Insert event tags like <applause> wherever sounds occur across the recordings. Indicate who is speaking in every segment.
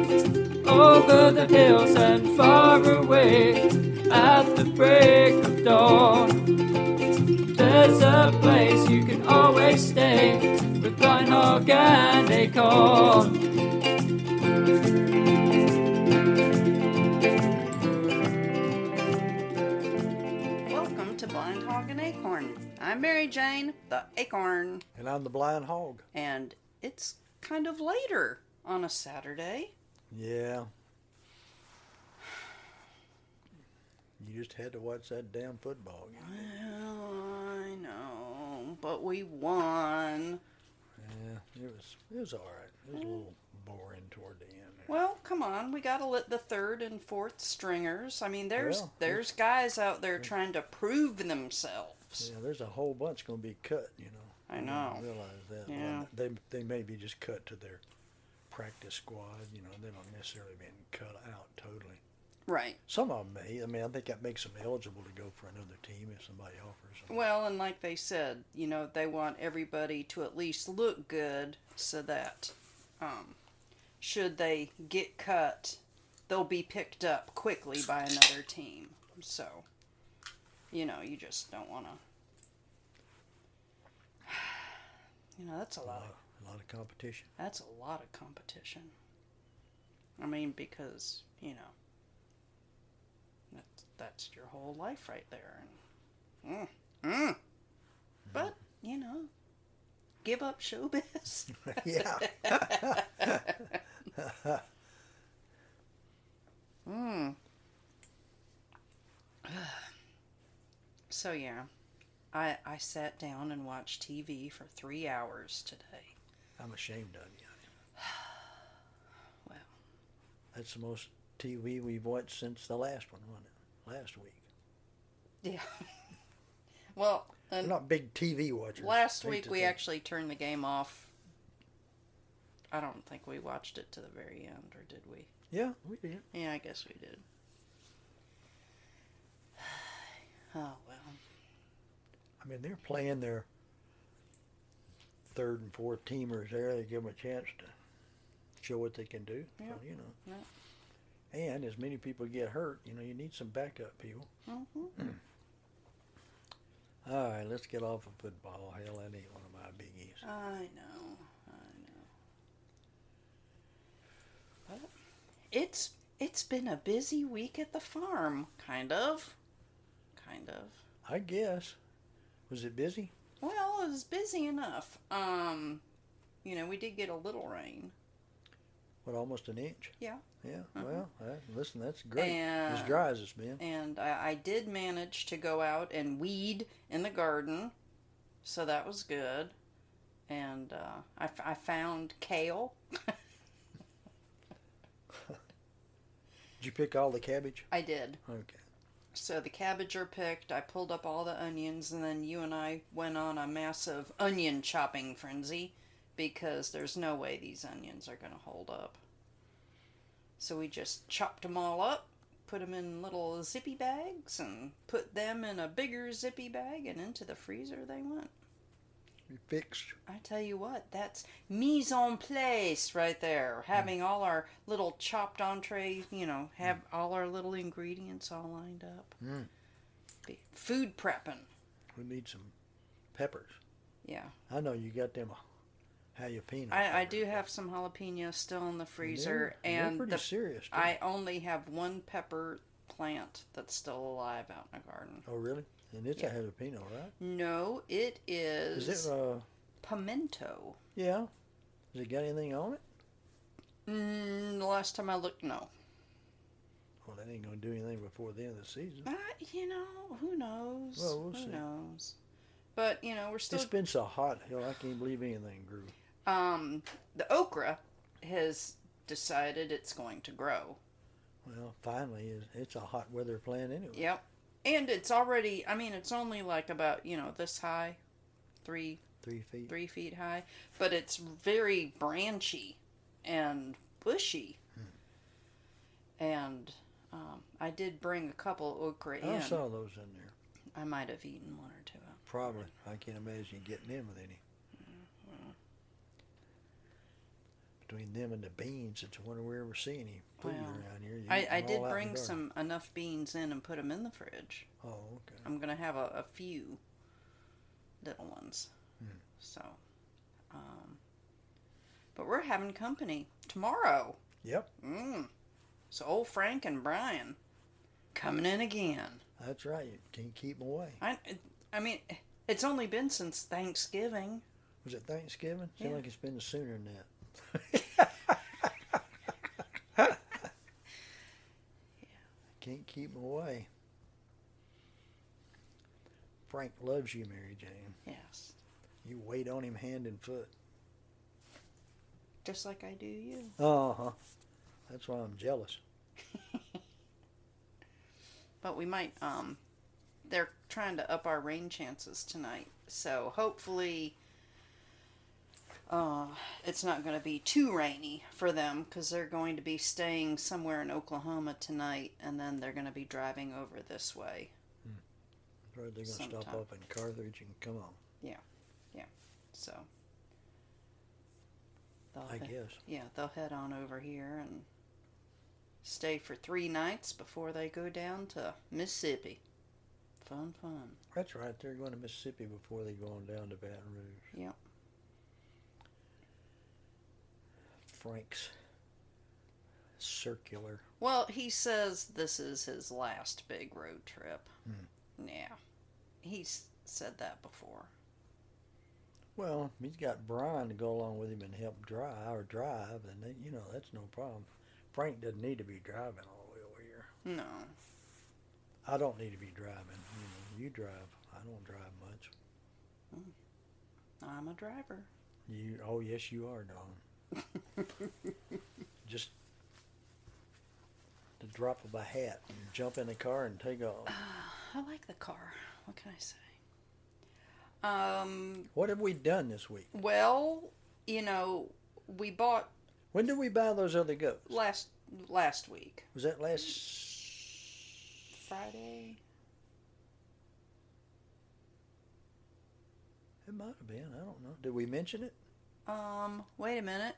Speaker 1: Over the hills and far away, at the break of dawn, there's a place you can always stay with Blind Hog and Acorn.
Speaker 2: Welcome to Blind Hog and Acorn. I'm Mary Jane, the Acorn,
Speaker 3: And I'm the blind hog.
Speaker 2: and it's kind of later on a Saturday.
Speaker 3: Yeah. You just had to watch that damn football game.
Speaker 2: Oh, I know, but we won.
Speaker 3: Yeah, it was it was all right. It was a little boring toward the end. There.
Speaker 2: Well, come on, we gotta let the third and fourth stringers. I mean, there's
Speaker 3: Well,
Speaker 2: there's guys out there trying to prove themselves.
Speaker 3: Yeah, there's a whole bunch going to be cut. You know,
Speaker 2: I
Speaker 3: I
Speaker 2: know.
Speaker 3: realize that.
Speaker 2: Yeah.
Speaker 3: They they may be just cut to their practice squad. You know, they're not necessarily being cut out totally.
Speaker 2: Right.
Speaker 3: Some of them may. I mean, I think that makes them eligible to go for another team if somebody offers. Them.
Speaker 2: Well, and like they said, you know, they want everybody to at least look good so that um, should they get cut, they'll be picked up quickly by another team. So, you know, you just don't want to. <sighs> You know, that's a
Speaker 3: a,
Speaker 2: lot.
Speaker 3: lot,
Speaker 2: Of,
Speaker 3: a lot of competition. <laughs>
Speaker 2: that's a lot of competition. I mean, because you know, that's that's your whole life right there, and mm, but you know, give up showbiz.
Speaker 3: yeah.
Speaker 2: Mm. so yeah, I I sat down and watched TV for three hours today.
Speaker 3: I'm ashamed of you.
Speaker 2: <sighs> Well,
Speaker 3: That's the most TV we've watched since the last one, wasn't it? Last week.
Speaker 2: yeah. well,
Speaker 3: We're
Speaker 2: and
Speaker 3: not big TV watchers.
Speaker 2: last
Speaker 3: Hate
Speaker 2: week
Speaker 3: to
Speaker 2: we
Speaker 3: think.
Speaker 2: actually turned the game off. I don't think we watched it to the very end, or did we?
Speaker 3: Yeah, we did.
Speaker 2: Yeah, I guess we did. <sighs> Oh well.
Speaker 3: I mean, they're playing their third and fourth teamers there. They give them a chance to show what they can do.
Speaker 2: Yeah.
Speaker 3: So, you know.
Speaker 2: Yeah.
Speaker 3: And as many people get hurt, you know, you need some backup people.
Speaker 2: Mm-hmm.
Speaker 3: All right, let's get off of football. Hell, that ain't one of my biggies.
Speaker 2: I know, I know. But it's it's been a busy week at the farm, kind of, kind of.
Speaker 3: I guess. Was it busy?
Speaker 2: Well, it was busy enough. Um, you know, we did get a little rain.
Speaker 3: What, almost an inch?
Speaker 2: Yeah.
Speaker 3: Yeah,
Speaker 2: Mhm.
Speaker 3: well, that, listen, that's great. as
Speaker 2: And-
Speaker 3: dry as it's been.
Speaker 2: and I, I did manage to go out and weed in the garden, so that was good. And uh, I, f- I found kale.
Speaker 3: Did you pick all the cabbage?
Speaker 2: I did.
Speaker 3: Okay.
Speaker 2: So the cabbage are picked. I pulled up all the onions, and then you and I went on a massive onion chopping frenzy because there's no way these onions are going to hold up. So we just chopped them all up, put them in little zippy bags, and put them in a bigger zippy bag, and into the freezer they went.
Speaker 3: You fixed
Speaker 2: I tell you what, that's mise en place right there.
Speaker 3: Hmm.
Speaker 2: Having all our little chopped entrees, you know, have all our little ingredients all lined up.
Speaker 3: Mm.
Speaker 2: Be- Food prepping.
Speaker 3: We need some peppers.
Speaker 2: Yeah.
Speaker 3: I know you got them jalapeno.
Speaker 2: I, I do
Speaker 3: peppers.
Speaker 2: have some jalapenos still in the
Speaker 3: They're-
Speaker 2: freezer,
Speaker 3: they're
Speaker 2: and
Speaker 3: pretty
Speaker 2: the,
Speaker 3: serious. too.
Speaker 2: I only have one pepper plant that's still alive out in the garden.
Speaker 3: oh really? And it's
Speaker 2: Yeah.
Speaker 3: a jalapeno, right?
Speaker 2: No, it is,
Speaker 3: Is it? Uh,
Speaker 2: pimento.
Speaker 3: yeah. Has it got anything on it?
Speaker 2: Mm, the last time I looked, no.
Speaker 3: Well, that ain't gonna do anything before the end of the season.
Speaker 2: Uh, you know, who knows?
Speaker 3: Well, we'll
Speaker 2: who
Speaker 3: see.
Speaker 2: knows? But you know, we're still
Speaker 3: it's been so hot, hell, I can't believe anything grew.
Speaker 2: um the okra has decided it's going to grow.
Speaker 3: Well, finally, it's- it's a hot weather plant anyway.
Speaker 2: Yep. And it's already I mean it's only like about, you know, this high, three
Speaker 3: Three feet.
Speaker 2: three feet high. But it's very branchy and bushy.
Speaker 3: Hmm.
Speaker 2: And um, I did bring a couple okra
Speaker 3: I
Speaker 2: in.
Speaker 3: saw those in there.
Speaker 2: I might have eaten one or two of 'em.
Speaker 3: Probably. I can't imagine getting in with any. between them and the beans. It's a wonder we ever see any food
Speaker 2: Well,
Speaker 3: around here. You
Speaker 2: I,
Speaker 3: eat
Speaker 2: I
Speaker 3: them
Speaker 2: did
Speaker 3: all out in
Speaker 2: bring
Speaker 3: the garden.
Speaker 2: some enough beans in and put them in the fridge.
Speaker 3: Oh, okay.
Speaker 2: I'm gonna have a, a few little ones. So, um, but we're having company tomorrow.
Speaker 3: Yep,
Speaker 2: Mm. So old Frank and Brian coming in again.
Speaker 3: that's right. You can't keep them away.
Speaker 2: I, I mean, it's only been since Thanksgiving.
Speaker 3: Was it Thanksgiving? Seems
Speaker 2: Yeah.
Speaker 3: like it's been sooner than that.
Speaker 2: <laughs>
Speaker 3: Can't keep them away. Frank loves you, Mary Jane.
Speaker 2: Yes,
Speaker 3: You wait on him hand and foot.
Speaker 2: just like I do you.
Speaker 3: Uh huh. That's why I'm jealous.
Speaker 2: But we might. Um, they're trying to up our rain chances tonight, so hopefully, uh, it's not going to be too rainy for them because they're going to be staying somewhere in Oklahoma tonight, and then they're going to be driving over this way.
Speaker 3: Probably they're going to stop
Speaker 2: Sometime.
Speaker 3: up in Carthage and come on.
Speaker 2: So, they'll
Speaker 3: I
Speaker 2: he-
Speaker 3: guess.
Speaker 2: yeah, they'll head on over here and stay for three nights before they go down to Mississippi. Fun, fun.
Speaker 3: That's right. They're going to Mississippi before they go on down to Baton Rouge.
Speaker 2: Yep.
Speaker 3: Frank's circular.
Speaker 2: Well, he says this is his last big road trip.
Speaker 3: Hmm.
Speaker 2: Yeah. He's said that before.
Speaker 3: Well, he's got Brian to go along with him and help drive or drive, and then, you know that's no problem. Frank doesn't need to be driving all the way over here.
Speaker 2: No.
Speaker 3: I don't need to be driving. You know, you drive. I don't drive much.
Speaker 2: I'm a driver.
Speaker 3: You. Oh yes, you are, Don.
Speaker 2: <laughs>
Speaker 3: Just the drop of a hat, and jump in the car and take off.
Speaker 2: I like the car. What can I say? Um,
Speaker 3: What have we done this week?
Speaker 2: well, you know, we bought
Speaker 3: When did we buy those other goats?
Speaker 2: last last week,
Speaker 3: Was that last?
Speaker 2: Friday.
Speaker 3: It might have been. I don't know. Did we mention it?
Speaker 2: Um, wait a minute.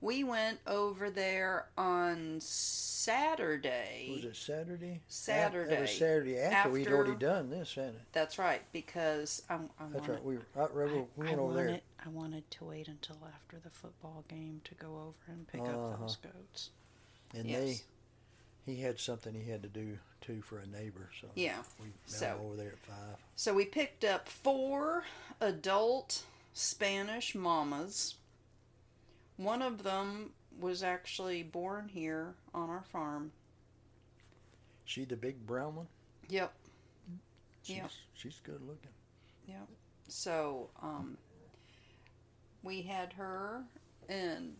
Speaker 2: We went over there on Saturday.
Speaker 3: Was it Saturday?
Speaker 2: Saturday.
Speaker 3: That was Saturday after, we'd already
Speaker 2: After-
Speaker 3: done this, hadn't it?
Speaker 2: That's right, because I'm, I
Speaker 3: That's
Speaker 2: want
Speaker 3: right. We were, I, remember we
Speaker 2: I
Speaker 3: went over there.
Speaker 2: wanted- I wanted to wait until after the football game to go over and pick
Speaker 3: Uh-huh.
Speaker 2: up those goats.
Speaker 3: And
Speaker 2: yes.
Speaker 3: they, he had something he had to do too for a neighbor. So
Speaker 2: Yeah.
Speaker 3: we met
Speaker 2: So-
Speaker 3: him over there at five.
Speaker 2: So we picked up four adult Spanish mamas. One of them was actually born here on our farm.
Speaker 3: She the big brown one.
Speaker 2: Yep.
Speaker 3: She's,
Speaker 2: Yeah.
Speaker 3: She's good looking.
Speaker 2: Yep. So um, we had her, and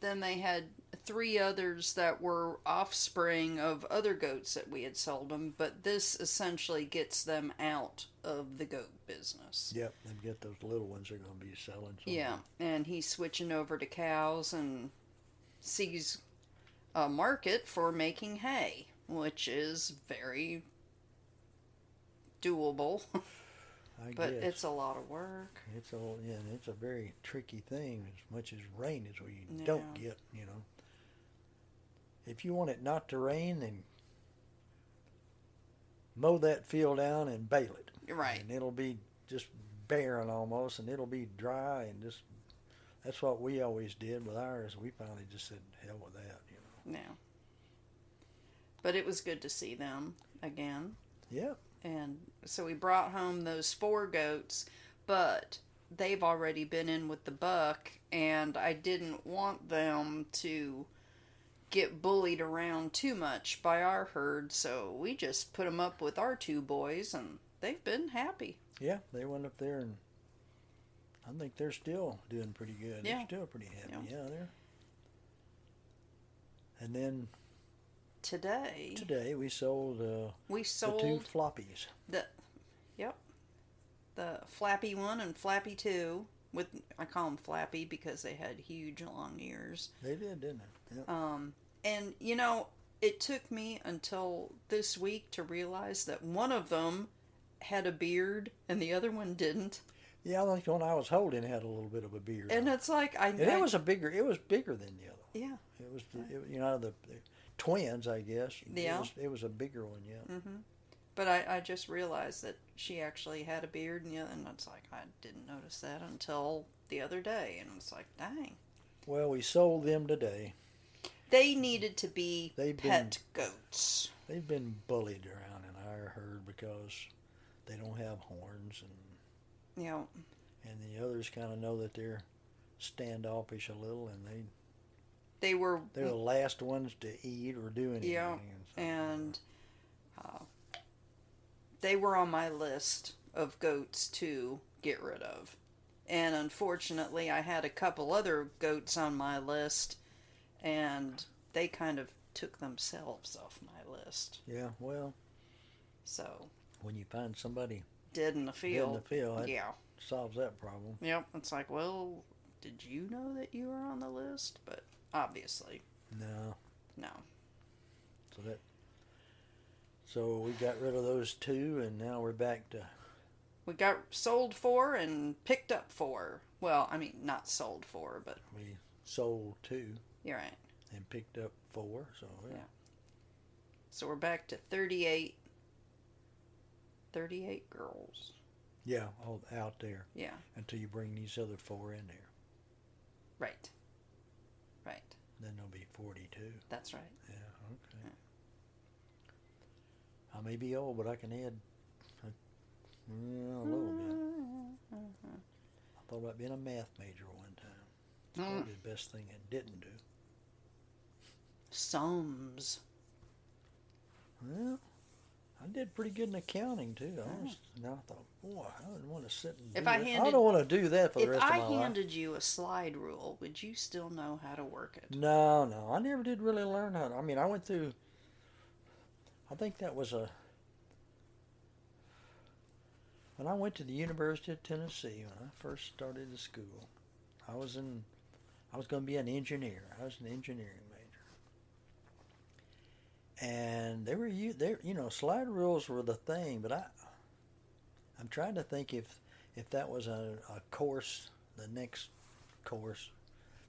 Speaker 2: then they had three others that were offspring of other goats that we had sold them, but this essentially gets them out of the goat business.
Speaker 3: Yep. They've got those little ones. They're going to be selling. Something.
Speaker 2: Yeah, and he's switching over to cows and sees a market for making hay, which is very doable, <laughs>
Speaker 3: I
Speaker 2: but
Speaker 3: guess.
Speaker 2: it's a lot of work.
Speaker 3: It's a yeah, and it's a very tricky thing. As much as rain is what you
Speaker 2: Yeah.
Speaker 3: don't get, you know. If you want it not to rain, then mow that field down and bale it,
Speaker 2: Right.
Speaker 3: and it'll be just barren almost, and it'll be dry and just. That's what we always did with ours. We finally just said, "Hell with that," you know.
Speaker 2: No. But it was good to see them again.
Speaker 3: Yep.
Speaker 2: And so we brought home those four goats, but they've already been in with the buck, and I didn't want them to get bullied around too much by our herd, so we just put them up with our two boys, and they've been happy.
Speaker 3: Yeah, they went up there and. I think they're still doing pretty good.
Speaker 2: Yeah.
Speaker 3: They're still pretty happy.
Speaker 2: Yeah.
Speaker 3: Yeah, they're. And then
Speaker 2: Today,
Speaker 3: Today we sold uh,
Speaker 2: we
Speaker 3: the two
Speaker 2: sold
Speaker 3: floppies.
Speaker 2: the yep the flappy one and flappy two with i call them flappy because they had huge long ears
Speaker 3: They did, didn't they? Yeah.
Speaker 2: um and you know it took me until this week to realize that one of them had a beard and the other one didn't
Speaker 3: Yeah, I think the one I was holding had a little bit of a beard.
Speaker 2: And
Speaker 3: on it.
Speaker 2: it's like I.
Speaker 3: and
Speaker 2: I-
Speaker 3: it was a bigger. It was bigger than the other. one.
Speaker 2: Yeah.
Speaker 3: It was the, it, you know the, the twins, I guess.
Speaker 2: Yeah.
Speaker 3: It was, it was a bigger one, yeah.
Speaker 2: hmm But I, I just realized that she actually had a beard, and, the other, and it's like I didn't notice that until the other day, and it's like, dang,
Speaker 3: Well, we sold them today.
Speaker 2: they needed to be
Speaker 3: They've been-
Speaker 2: pet goats.
Speaker 3: They've been bullied around in our herd because they don't have horns, and
Speaker 2: You know,
Speaker 3: and the others kind of know that they're standoffish a little, and they
Speaker 2: they were
Speaker 3: they're the last ones to eat or do anything.
Speaker 2: Yeah,
Speaker 3: so-
Speaker 2: and uh, they were on my list of goats to get rid of. And unfortunately, I had a couple other goats on my list, and they kind of took themselves off my list.
Speaker 3: yeah, well,
Speaker 2: So,
Speaker 3: when you find somebody
Speaker 2: dead in the
Speaker 3: in
Speaker 2: field.
Speaker 3: the field, that
Speaker 2: yeah.
Speaker 3: solves that problem.
Speaker 2: Yep. It's like, well, did you know that you were on the list? But obviously,
Speaker 3: No,
Speaker 2: no.
Speaker 3: so that so we got rid of those two, and now we're back to
Speaker 2: We got sold for and picked up for. Well, I mean, not sold for, but
Speaker 3: we sold two
Speaker 2: you're right.
Speaker 3: and picked up four. So yeah.
Speaker 2: Yeah. So we're back to 38. 38 girls.
Speaker 3: Yeah, all out there
Speaker 2: Yeah,
Speaker 3: until you bring these other four in there.
Speaker 2: right. Right.
Speaker 3: Then there'll be 42.
Speaker 2: That's right.
Speaker 3: Yeah, okay. I may be old, but I can add a, mm, a little bit. I thought about being a math major one time. It's
Speaker 2: Mm.
Speaker 3: probably the best thing I didn't do.
Speaker 2: Sums.
Speaker 3: Well, I did pretty good in accounting too. I was, now I thought, boy, I wouldn't want to sit and.
Speaker 2: If
Speaker 3: do
Speaker 2: I
Speaker 3: that. I
Speaker 2: handed-
Speaker 3: don't want to do that for the
Speaker 2: If
Speaker 3: rest
Speaker 2: I
Speaker 3: of my life.
Speaker 2: handed you a slide rule, would you still know how to work it?
Speaker 3: No, no, I never did really learn how. To, I mean, I went through. I think that was a. When I went to the University of Tennessee when I first started the school, I was in. I was going to be an engineer. I was an engineering major. And they were you they you know slide rules were the thing, but I. I'm trying to think if if that was a, a course the next course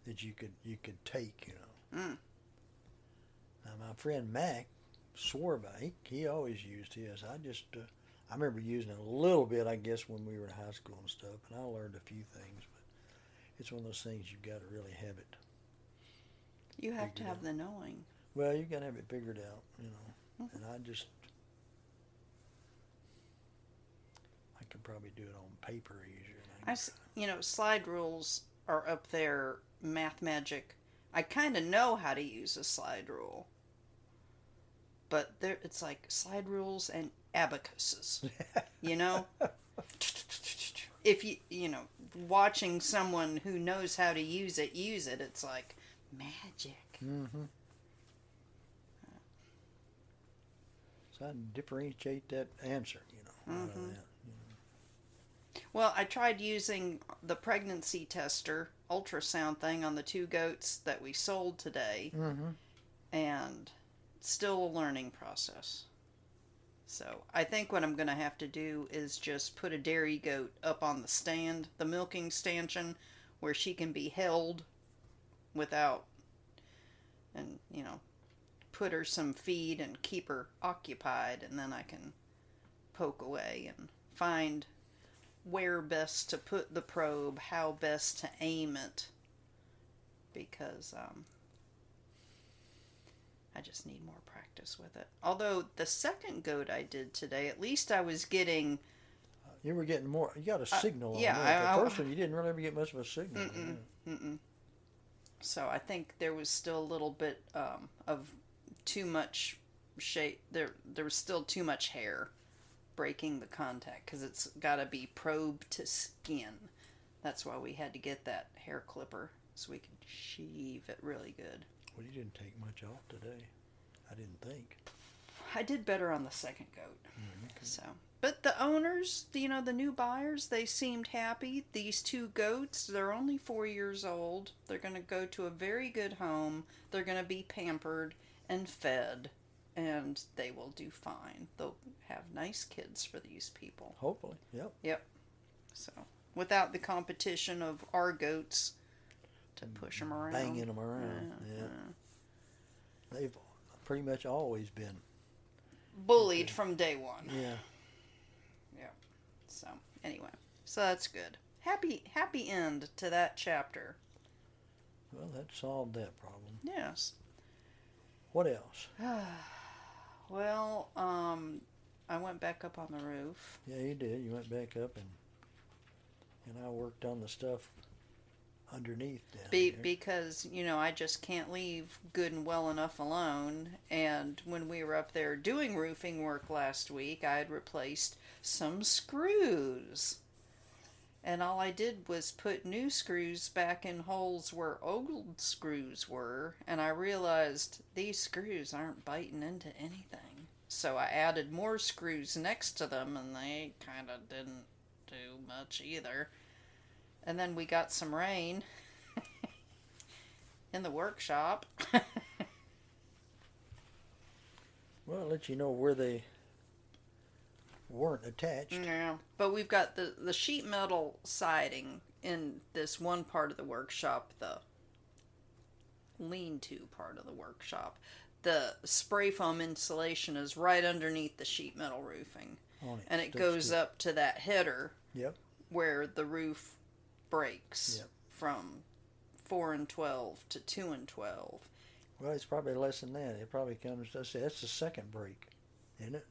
Speaker 3: that you could you could take, you know.
Speaker 2: Mm.
Speaker 3: Now my friend Mac swore by he, he always used his. I just uh, I remember using it a little bit, I guess, when we were in high school and stuff, and I learned a few things, but it's one of those things you've got to really have it.
Speaker 2: You have to
Speaker 3: Figured
Speaker 2: have the knowing.
Speaker 3: Well, you got to have it figured out, you know.
Speaker 2: Mhm.
Speaker 3: And I just I could probably do it on paper easier. than
Speaker 2: I, s- you know, slide rules are up there. Math magic. I kind of know how to use a slide rule, but there it's like slide rules and abacuses.
Speaker 3: <laughs>
Speaker 2: You know, if you you know watching someone who knows how to use it use it, it's like magic.
Speaker 3: Mm-hmm. So I can differentiate that answer, you know, out of
Speaker 2: Mhm.
Speaker 3: that.
Speaker 2: Well, I tried using the pregnancy tester ultrasound thing on the two goats that we sold today.
Speaker 3: Mm-hmm.
Speaker 2: and still a learning process. So I think what I'm going to have to do is just put a dairy goat up on the stand, the milking stanchion, where she can be held without, and you know, put her some feed and keep her occupied, and then I can poke away and find where best to put the probe, how best to aim it, because um, I just need more practice with it. Although the second goat I did today, at least I was getting
Speaker 3: You were getting more. You got a
Speaker 2: Uh,
Speaker 3: signal.
Speaker 2: yeah,
Speaker 3: on that.
Speaker 2: I-
Speaker 3: the
Speaker 2: I-
Speaker 3: first one you didn't really ever get much of a signal.
Speaker 2: Mm-mm.
Speaker 3: yeah.
Speaker 2: Mm-mm. So I think there was still a little bit um, of too much shape. There, there was still too much hair breaking the contact because it's got to be probe to skin. That's why we had to get that hair clipper so we could sheave it really good.
Speaker 3: Well, you didn't take much off today. I didn't think.
Speaker 2: I did better on the second goat.
Speaker 3: Mm-hmm.
Speaker 2: So, but the owners, you know, the new buyers, they seemed happy. These two goats, they're only four years old. They're going to go to a very good home. They're going to be pampered and fed, and they will do fine. They'll have nice kids for these people.
Speaker 3: Hopefully, yep.
Speaker 2: Yep. So without the competition of our goats to push them around.
Speaker 3: Mm, banging them around. Yeah, they've pretty much always been.
Speaker 2: Bullied from day one.
Speaker 3: Yeah,
Speaker 2: So anyway, so that's good. Happy happy end to that chapter.
Speaker 3: well, that solved that problem.
Speaker 2: Yes.
Speaker 3: What else?
Speaker 2: <sighs> Well, um, I went back up on the roof.
Speaker 3: Yeah, you did. You went back up and and I worked on the stuff underneath down
Speaker 2: Be-
Speaker 3: there.
Speaker 2: because you know I just can't leave good and well enough alone. And when we were up there doing roofing work last week, I had replaced some screws, and all I did was put new screws back in holes where old screws were, and I realized these screws aren't biting into anything. So I added more screws next to them, and they kind of didn't do much either. And then we got some rain, in the workshop. <laughs>
Speaker 3: well, it lets you know where they weren't attached.
Speaker 2: yeah. But we've got the, the sheet metal siding in this one part of the workshop, the lean to part of the workshop. The spray foam insulation is right underneath the sheet metal roofing.
Speaker 3: on it.
Speaker 2: And it
Speaker 3: That's
Speaker 2: goes
Speaker 3: good.
Speaker 2: up to that header
Speaker 3: Yep.
Speaker 2: where the roof breaks
Speaker 3: Yep.
Speaker 2: from 4 and 12 to 2 and 12.
Speaker 3: Well, it's probably less than that. It probably comes. Let's see, that's the second break, isn't it?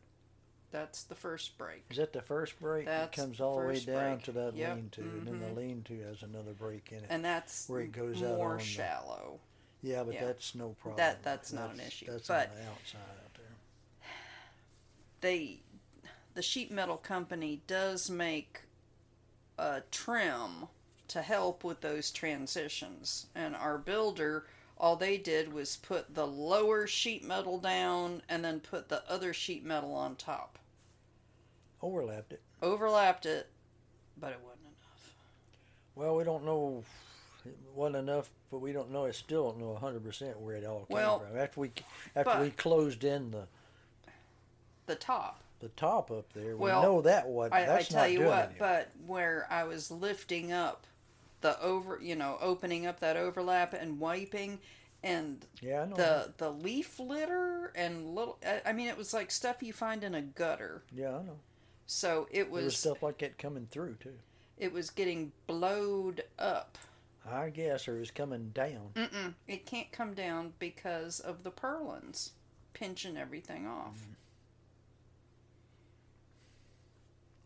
Speaker 2: That's the first break.
Speaker 3: Is that the first break?
Speaker 2: That's
Speaker 3: it comes all the way
Speaker 2: first
Speaker 3: down
Speaker 2: break.
Speaker 3: to that
Speaker 2: Yep. Mm-hmm.
Speaker 3: lean-to, and then the lean-to has another break in it.
Speaker 2: And that's
Speaker 3: Where it goes out
Speaker 2: more
Speaker 3: on the-
Speaker 2: shallow.
Speaker 3: yeah, but
Speaker 2: yeah.
Speaker 3: that's no problem.
Speaker 2: that's not an issue,
Speaker 3: That's
Speaker 2: but-
Speaker 3: on the outside out there.
Speaker 2: they the sheet metal company does make a trim to help with those transitions and our builder all they did was put the lower sheet metal down and then put the other sheet metal on top
Speaker 3: Overlapped it.
Speaker 2: overlapped it but it wasn't enough
Speaker 3: Well, we don't know. It wasn't enough, but we don't know. I still don't know 100% where it all came
Speaker 2: Well,
Speaker 3: from. After we after
Speaker 2: but-
Speaker 3: we closed in the,
Speaker 2: the top
Speaker 3: the top up there,
Speaker 2: Well,
Speaker 3: we know that was
Speaker 2: I, I
Speaker 3: that's
Speaker 2: tell
Speaker 3: not
Speaker 2: you
Speaker 3: doing
Speaker 2: what,
Speaker 3: anything.
Speaker 2: but where I was lifting up the over, you know, opening up that overlap and wiping, and
Speaker 3: Yeah, I know
Speaker 2: the the leaf litter and little, I, I mean, it was like stuff you find in a gutter.
Speaker 3: yeah, I know.
Speaker 2: So it
Speaker 3: There was
Speaker 2: was
Speaker 3: stuff like that coming through too.
Speaker 2: it was getting blowed up.
Speaker 3: I guess, or it was coming down.
Speaker 2: Mm-mm, it can't come down because of the purlins pinching everything off.
Speaker 3: Mm,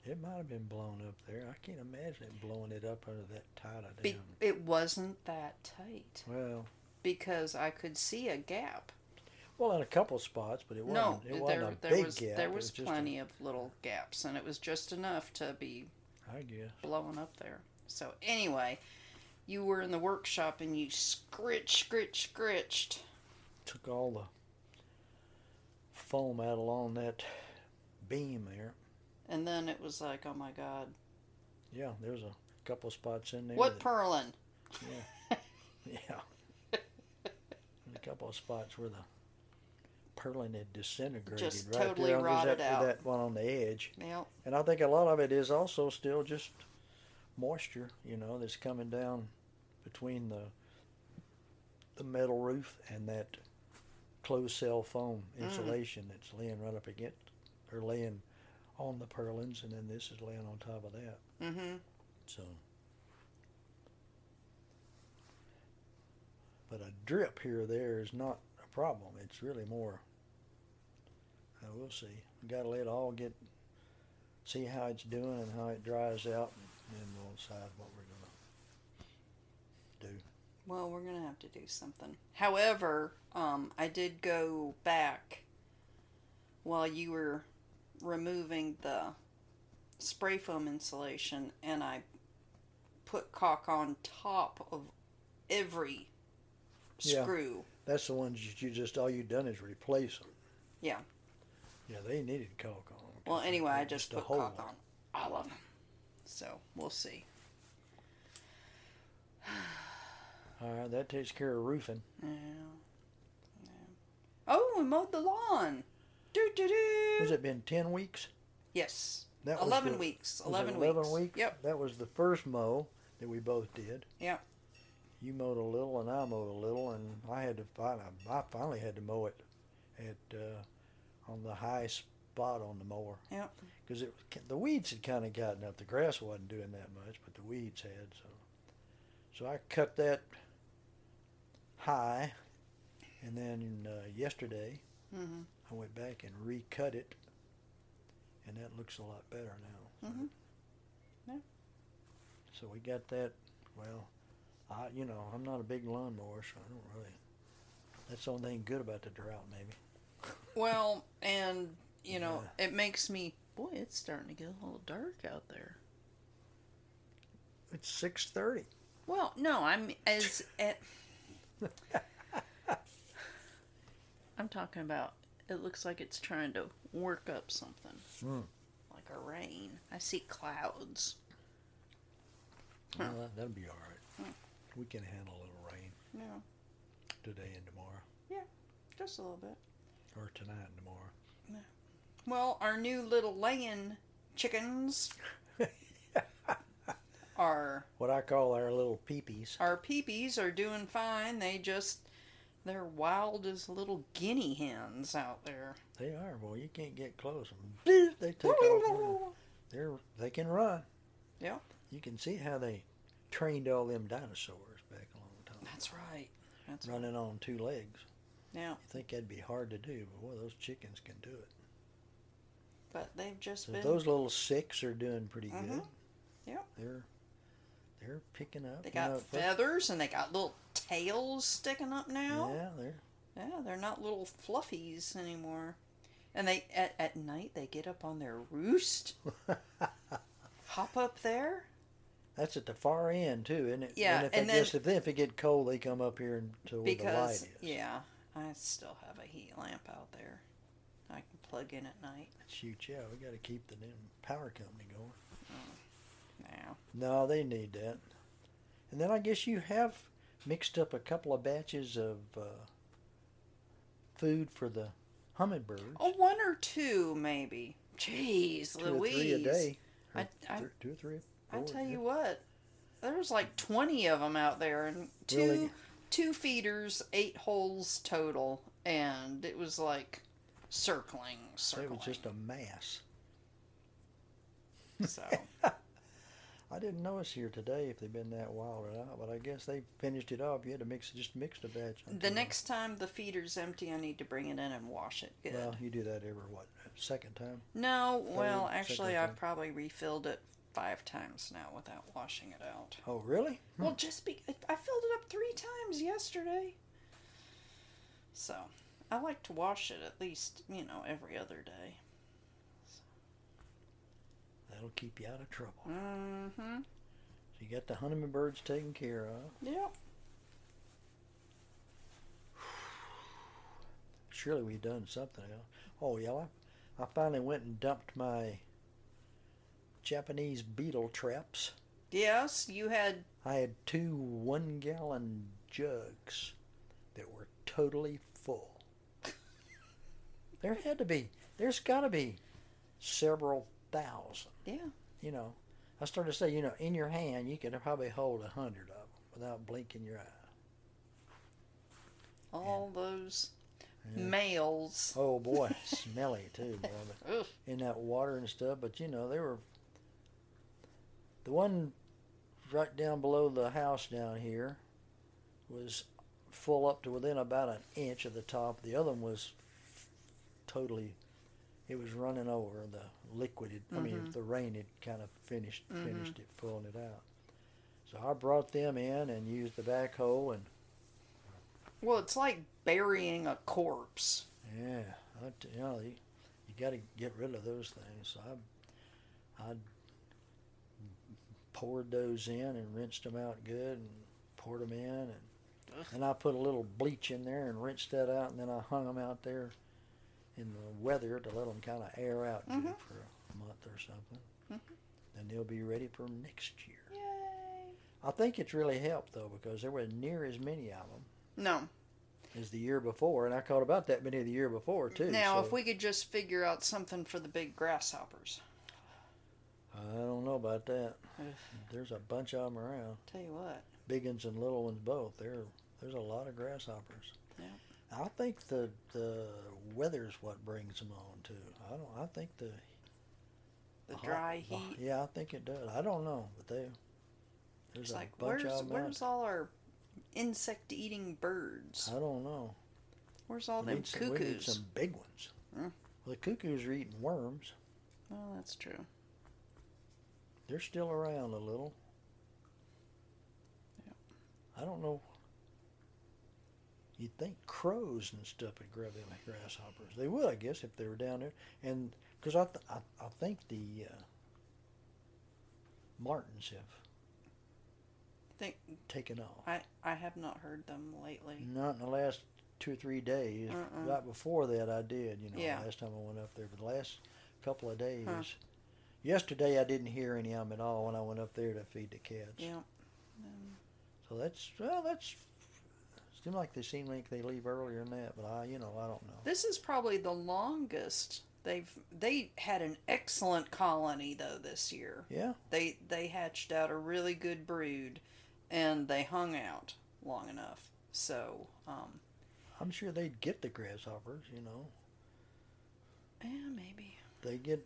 Speaker 3: It might have been blown up there. I can't imagine it blowing it up under that tight of
Speaker 2: Be-
Speaker 3: down.
Speaker 2: it wasn't that tight
Speaker 3: Well,
Speaker 2: because I could see a gap.
Speaker 3: well, in a couple spots, but it
Speaker 2: No,
Speaker 3: wasn't. it wasn't
Speaker 2: there,
Speaker 3: a
Speaker 2: there
Speaker 3: big
Speaker 2: was
Speaker 3: gap.
Speaker 2: there
Speaker 3: It
Speaker 2: was,
Speaker 3: just a-
Speaker 2: plenty of little gaps, and it was just enough to be
Speaker 3: I guess.
Speaker 2: blowing up there. So anyway, you were in the workshop and you scritch, scritch, scritched.
Speaker 3: Took all the foam out along that beam there.
Speaker 2: And then it was like, oh my god,
Speaker 3: Yeah, there's a couple spots in there.
Speaker 2: what
Speaker 3: that-
Speaker 2: purlin?
Speaker 3: yeah. And a couple of spots where the purlin had disintegrated.
Speaker 2: Just
Speaker 3: right there
Speaker 2: totally
Speaker 3: on- is
Speaker 2: rotted
Speaker 3: that,
Speaker 2: out.
Speaker 3: That one on the edge.
Speaker 2: Yep,
Speaker 3: And I think a lot of it is also still just moisture, you know, that's coming down between the the metal roof and that closed cell foam
Speaker 2: Mm.
Speaker 3: insulation that's laying right up against or laying on the purlins and then this is laying on top of that.
Speaker 2: mm-hmm.
Speaker 3: So but a drip here or there is not a problem. It's really more I will see. We gotta let it all get see how it's doing and how it dries out and then we'll decide what we're gonna
Speaker 2: Well, we're gonna have to do something. However, um, I did go back while you were removing the spray foam insulation, and I put caulk on top of every
Speaker 3: Yeah.
Speaker 2: screw.
Speaker 3: that's the ones that you just all you done is replace them.
Speaker 2: Yeah.
Speaker 3: Yeah, they needed caulk on. 'em.
Speaker 2: Well, anyway, I just,
Speaker 3: a
Speaker 2: put
Speaker 3: hole.
Speaker 2: caulk on all of them. So we'll see.
Speaker 3: All right, that takes care of roofing.
Speaker 2: Yeah. Yeah. Oh, we mowed the lawn. Do do do.
Speaker 3: Has it been ten weeks?
Speaker 2: Yes.
Speaker 3: That was
Speaker 2: 11
Speaker 3: the-
Speaker 2: weeks.
Speaker 3: was it
Speaker 2: 11, weeks. Yep.
Speaker 3: That was the first mow that we both did.
Speaker 2: Yep.
Speaker 3: You mowed a little and I mowed a little, and I had to find. I finally had to mow it at uh, on the high spot on the mower.
Speaker 2: Yep.
Speaker 3: Because it the weeds had kind of gotten up. The grass wasn't doing that much, but the weeds had. So, so I cut that high, and then uh, yesterday
Speaker 2: hmm
Speaker 3: I went back and recut it, and that looks a lot better now.
Speaker 2: Mhm. Yeah.
Speaker 3: So we got that. Well, I you know I'm not a big lawnmower, so I don't really. That's the only thing good about the drought, maybe.
Speaker 2: Well, and, you know, it makes me, boy, it's starting to get a little dark out there.
Speaker 3: It's six thirty.
Speaker 2: Well, no, I'm as at. I'm talking about. It looks like it's trying to work up something,
Speaker 3: Mm.
Speaker 2: like a rain. I see clouds. Huh.
Speaker 3: Well, that'll be all right. We can handle a little rain
Speaker 2: No,
Speaker 3: today and tomorrow,
Speaker 2: just a little bit.
Speaker 3: or tonight and tomorrow.
Speaker 2: Well, our new little laying
Speaker 3: <laughs>
Speaker 2: chickens are
Speaker 3: What I call our little peepees.
Speaker 2: our peepees are doing fine. They just they're wild as little guinea hens out there.
Speaker 3: They are. Well, you can't get close. They take off. running. They're they can run.
Speaker 2: Yeah.
Speaker 3: You can see how they trained all them dinosaurs back a long time,
Speaker 2: That's right. That's right.
Speaker 3: running on two legs.
Speaker 2: Yeah.
Speaker 3: You think that'd be hard to do, but boy, those chickens can do it.
Speaker 2: But they've just
Speaker 3: So
Speaker 2: been
Speaker 3: those little six are doing pretty good.
Speaker 2: Mhm. Yep.
Speaker 3: They're they're picking up.
Speaker 2: They
Speaker 3: you
Speaker 2: got
Speaker 3: know, fir-
Speaker 2: feathers and they got little tails sticking up now.
Speaker 3: Yeah, they're
Speaker 2: Yeah, they're not little fluffies anymore. And they at, at night they get up on their roost, hop up there.
Speaker 3: <laughs> that's at the far end too, isn't it?
Speaker 2: Yeah,
Speaker 3: And if
Speaker 2: and
Speaker 3: I
Speaker 2: then-
Speaker 3: guess if, then if it get cold, they come up here and to where the light
Speaker 2: because
Speaker 3: is.
Speaker 2: yeah, I still have a heat lamp out there. I can plug in at night.
Speaker 3: Shoot, yeah, we got to keep the damn power company going.
Speaker 2: Now
Speaker 3: No, they need that. And then I guess you have mixed up a couple of batches of uh, food for the hummingbirds.
Speaker 2: oh, one or two maybe. Jeez,
Speaker 3: two
Speaker 2: Louise!
Speaker 3: or three a day.
Speaker 2: I-
Speaker 3: Or
Speaker 2: I-
Speaker 3: th- two or three.
Speaker 2: I
Speaker 3: four,
Speaker 2: tell
Speaker 3: yeah.
Speaker 2: you what, there was like twenty of them out there, and two
Speaker 3: Really?
Speaker 2: two feeders, eight holes total, and it was like circling,
Speaker 3: It
Speaker 2: circling.
Speaker 3: was just a mass. <laughs>
Speaker 2: so
Speaker 3: I didn't notice here today if they've been that wild or not, but I guess they finished it off. You had to mix just mixed a batch. up
Speaker 2: the
Speaker 3: to
Speaker 2: next time the feeder's empty, I need to bring it in and wash it good.
Speaker 3: Well, you do that every what second time?
Speaker 2: no, well,
Speaker 3: third,
Speaker 2: actually,
Speaker 3: second
Speaker 2: I've
Speaker 3: time.
Speaker 2: probably refilled it five times now without washing it out.
Speaker 3: Oh, really? Hmm.
Speaker 2: Well, just be I filled it up three times yesterday. So, I like to wash it at least, you know, every other day.
Speaker 3: That'll keep you out of trouble.
Speaker 2: Mm-hmm.
Speaker 3: So you got the hummingbirds taken care of.
Speaker 2: Yep.
Speaker 3: Surely we've done something else. Oh, yeah, I, I finally went and dumped my Japanese beetle traps.
Speaker 2: Yes, you had.
Speaker 3: I had two one gallon jugs that were totally full. <laughs> there had to be, there's got to be several thousand.
Speaker 2: Yeah.
Speaker 3: You know, I started to say, you know, in your hand, you could probably hold a hundred of them without blinking your eye.
Speaker 2: All those
Speaker 3: Yeah.
Speaker 2: males.
Speaker 3: Oh boy, <laughs> smelly too, boy. But
Speaker 2: Ugh.
Speaker 3: in that water and stuff. But you know, they were the one right down below the house down here was full up to within about an inch of the top. The other one was totally. It was running over the liquid. Had, I mean,
Speaker 2: Mhm.
Speaker 3: the rain had kind of finished
Speaker 2: Mhm.
Speaker 3: finished it, pulling it out. So I brought them in and used the backhoe, and
Speaker 2: Well, it's like burying a corpse.
Speaker 3: yeah, I t- you know, you, you got to get rid of those things. So I, I poured those in and rinsed them out good and poured them in and
Speaker 2: Ugh.
Speaker 3: and I put a little bleach in there and rinsed that out and then I hung them out there in the weather to let them kind of air out good
Speaker 2: Mhm.
Speaker 3: for a month or something.
Speaker 2: Mhm.
Speaker 3: Then they'll be ready for next year.
Speaker 2: Yay.
Speaker 3: I think it's really helped though because there were near as many of them
Speaker 2: No.
Speaker 3: as the year before, and I caught about that many the year before too.
Speaker 2: now,
Speaker 3: so-
Speaker 2: if we could just figure out something for the big grasshoppers.
Speaker 3: I don't know about that.
Speaker 2: Ugh.
Speaker 3: There's a bunch of them around.
Speaker 2: Tell you what,
Speaker 3: Big ones and little ones both. There, there's a lot of grasshoppers.
Speaker 2: Yeah.
Speaker 3: I think the the weather's what brings them on too. I don't. I think the
Speaker 2: the
Speaker 3: hot-
Speaker 2: dry
Speaker 3: the-
Speaker 2: heat.
Speaker 3: Yeah, I think it does. I don't know, but they there's
Speaker 2: It's
Speaker 3: a
Speaker 2: like
Speaker 3: bunch
Speaker 2: where's
Speaker 3: of them.
Speaker 2: where's all our insect eating birds?
Speaker 3: I don't know.
Speaker 2: Where's all
Speaker 3: we
Speaker 2: them
Speaker 3: need some, we need
Speaker 2: cuckoos?
Speaker 3: some big ones.
Speaker 2: Mm.
Speaker 3: Well, the cuckoos are eating worms.
Speaker 2: Well, that's true.
Speaker 3: They're still around a little.
Speaker 2: Yeah.
Speaker 3: I don't know. You'd think crows and stuff would grab them like grasshoppers. They would, I guess, if they were down there. And because I, th- I, I think the uh, martins have
Speaker 2: Think
Speaker 3: taken off.
Speaker 2: I I have not heard them lately.
Speaker 3: Not in the last two or three days.
Speaker 2: Uh-uh.
Speaker 3: Right before that, I did. You know,
Speaker 2: Yeah.
Speaker 3: last time I went up there, but the last couple of days. Yesterday, I didn't hear any of them at all when I went up there to feed the cats.
Speaker 2: Yeah. Um,
Speaker 3: So that's well, that's seem like they seem like they leave earlier than that, but I, you know, I don't know.
Speaker 2: This is probably the longest they've they had an excellent colony though this year.
Speaker 3: Yeah,
Speaker 2: They they hatched out a really good brood and they hung out long enough. So, um
Speaker 3: I'm sure they'd get the grasshoppers. You know,
Speaker 2: yeah, maybe.
Speaker 3: they get.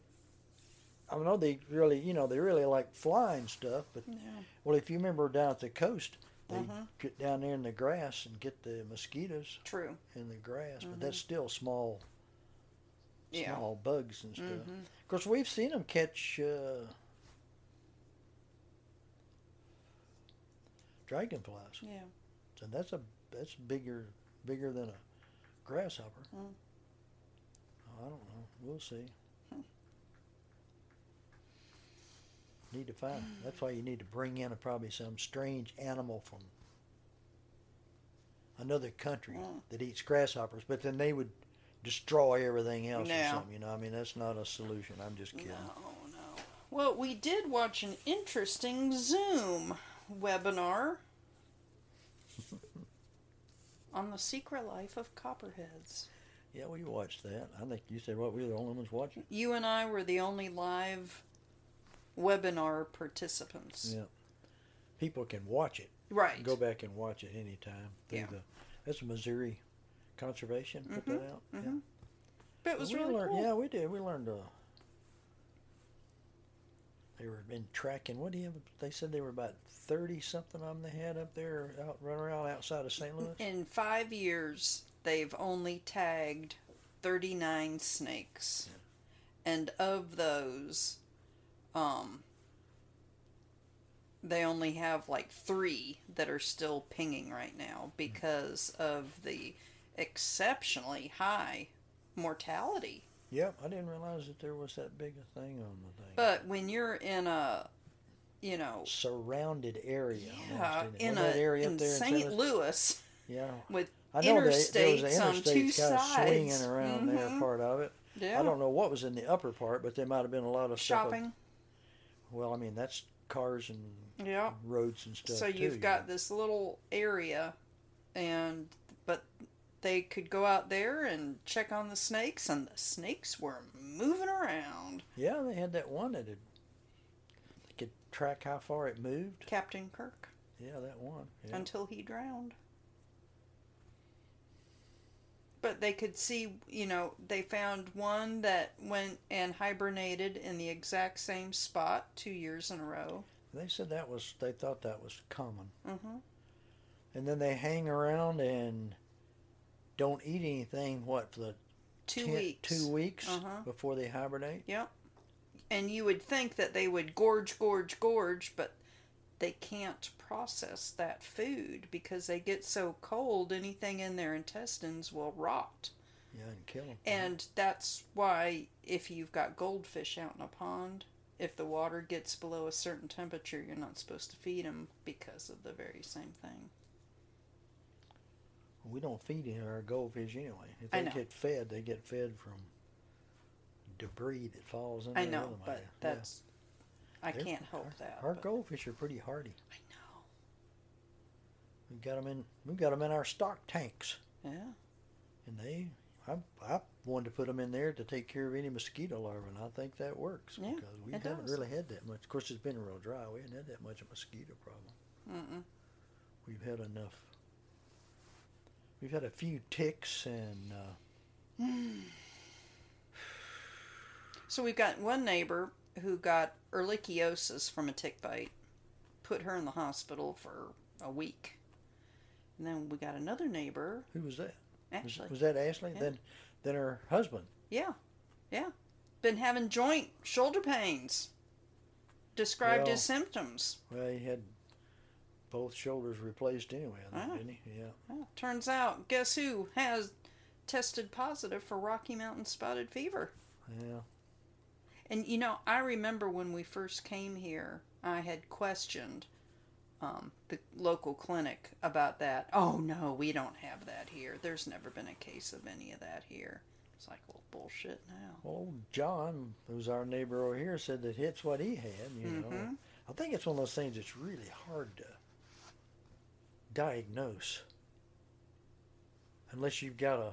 Speaker 3: I know they really, you know, they really like flying stuff. But
Speaker 2: Yeah.
Speaker 3: well, if you remember down at the coast, they
Speaker 2: Mhm.
Speaker 3: get down there in the grass and get the mosquitoes
Speaker 2: True.
Speaker 3: in the grass.
Speaker 2: Mhm.
Speaker 3: But that's still small,
Speaker 2: Yeah.
Speaker 3: small bugs and stuff.
Speaker 2: Mhm.
Speaker 3: Of course, we've seen them catch uh, dragonflies.
Speaker 2: Yeah.
Speaker 3: And that's a that's bigger bigger than a grasshopper. Oh,
Speaker 2: Mm.
Speaker 3: I don't know. We'll see. Need to find. That's why you need to bring in a, probably some strange animal from another country
Speaker 2: Mm.
Speaker 3: that eats grasshoppers, but then they would destroy everything else or
Speaker 2: No.
Speaker 3: something. You know, I mean, that's not a solution. I'm just kidding.
Speaker 2: No, Oh, no. Well, we did watch an interesting Zoom
Speaker 3: <laughs>
Speaker 2: webinar on the secret life of copperheads.
Speaker 3: Yeah, we watched that. I think you said what we were the only ones watching.
Speaker 2: You and I were the only live webinar participants.
Speaker 3: Yeah, people can watch it.
Speaker 2: Right.
Speaker 3: Go back and watch it anytime. Through
Speaker 2: Yeah.
Speaker 3: the, that's Missouri Conservation put that out. Yeah.
Speaker 2: mhm. But it was
Speaker 3: we
Speaker 2: really
Speaker 3: learned,
Speaker 2: cool.
Speaker 3: Yeah, we did. We learned. Uh, they were in tracking. What do you? have? They said they were about thirty something of them they had up there, out running around outside of
Speaker 2: <laughs>
Speaker 3: St. Louis.
Speaker 2: In five years, they've only tagged 39 snakes. And of those, um, they only have like three that are still pinging right
Speaker 3: Mm-hmm.
Speaker 2: now because of the exceptionally high mortality.
Speaker 3: yep, I didn't realize that there was that big a thing on the thing.
Speaker 2: But when you're in a, you know,
Speaker 3: Surrounded area.
Speaker 2: yeah,
Speaker 3: almost, isn't it?
Speaker 2: in
Speaker 3: Wasn't
Speaker 2: a
Speaker 3: that area
Speaker 2: in
Speaker 3: up there in
Speaker 2: St.
Speaker 3: Louis?
Speaker 2: Louis
Speaker 3: Yeah,
Speaker 2: with
Speaker 3: I know they, there was an
Speaker 2: interstates on two
Speaker 3: interstate kind of swinging
Speaker 2: sides.
Speaker 3: around there
Speaker 2: Mhm.
Speaker 3: part of it.
Speaker 2: yeah,
Speaker 3: I don't know what was in the upper part, but there might have been a lot of stuff up-
Speaker 2: shopping.
Speaker 3: Well, I mean that's cars and
Speaker 2: Yeah.
Speaker 3: roads and stuff.
Speaker 2: Oh. So
Speaker 3: too,
Speaker 2: you've
Speaker 3: you
Speaker 2: got
Speaker 3: know.
Speaker 2: this little area, and but they could go out there and check on the snakes, and the snakes were moving around.
Speaker 3: yeah, they had that one that had, they could track how far it moved.
Speaker 2: Captain Kirk
Speaker 3: Yeah, that one. Yeah.
Speaker 2: until he drowned. But they could see, you know, they found one that went and hibernated in the exact same spot two years in a row.
Speaker 3: they said that was they thought that was common,
Speaker 2: hmm
Speaker 3: and then they hang around and don't eat anything. What for the
Speaker 2: Two
Speaker 3: ten-
Speaker 2: weeks.
Speaker 3: Two weeks
Speaker 2: Uh-huh.
Speaker 3: before they hibernate.
Speaker 2: Yep. And you would think that they would gorge, gorge, gorge, but they can't process that food because they get so cold, anything in their intestines will rot.
Speaker 3: Yeah, and kill them.
Speaker 2: And that's why, if you've got goldfish out in a pond, if the water gets below a certain temperature, you're not supposed to feed them because of the very same thing.
Speaker 3: we don't feed any of our goldfish anyway. If
Speaker 2: I
Speaker 3: they
Speaker 2: know.
Speaker 3: get fed, they get fed from debris that falls in.
Speaker 2: I
Speaker 3: there
Speaker 2: know,
Speaker 3: anyway.
Speaker 2: but
Speaker 3: Yeah.
Speaker 2: that's. I
Speaker 3: They're-
Speaker 2: can't help
Speaker 3: our,
Speaker 2: that.
Speaker 3: Our
Speaker 2: but-
Speaker 3: goldfish are pretty hardy.
Speaker 2: I know.
Speaker 3: We got them in. We got 'em in our stock tanks,
Speaker 2: Yeah.
Speaker 3: and they I, I wanted to put them in there to take care of any mosquito larvae, and I think that works
Speaker 2: Yeah,
Speaker 3: because we
Speaker 2: it
Speaker 3: haven't
Speaker 2: does.
Speaker 3: really had that much. Of course, it's been real dry. We haven't had that much of a mosquito problem.
Speaker 2: Mm-mm.
Speaker 3: We've had enough. We've had a few ticks and uh,
Speaker 2: So we've got one neighbor who got ehrlichiosis from a tick bite, put her in the hospital for a week. And then we got another neighbor,
Speaker 3: who was that? Was,
Speaker 2: Ashley.
Speaker 3: was that Ashley?
Speaker 2: Yeah.
Speaker 3: Then, then her husband.
Speaker 2: Yeah, yeah. Been having joint shoulder pains. Described
Speaker 3: Well-
Speaker 2: his symptoms.
Speaker 3: Well, he had both shoulders replaced anyway. I think,
Speaker 2: Ah.
Speaker 3: didn't he? Yeah.
Speaker 2: Well, turns out, guess who has tested positive for Rocky Mountain spotted fever?
Speaker 3: Yeah.
Speaker 2: And you know, I remember when we first came here, I had questioned um, the local clinic about that. Oh no, we don't have that here. There's never been a case of any of that here. It's like, well, bullshit now.
Speaker 3: Well, old John, who's our neighbor over here, said that hits what he had. You know,
Speaker 2: Mhm.
Speaker 3: I think it's one of those things that's really hard to diagnose, unless you've got a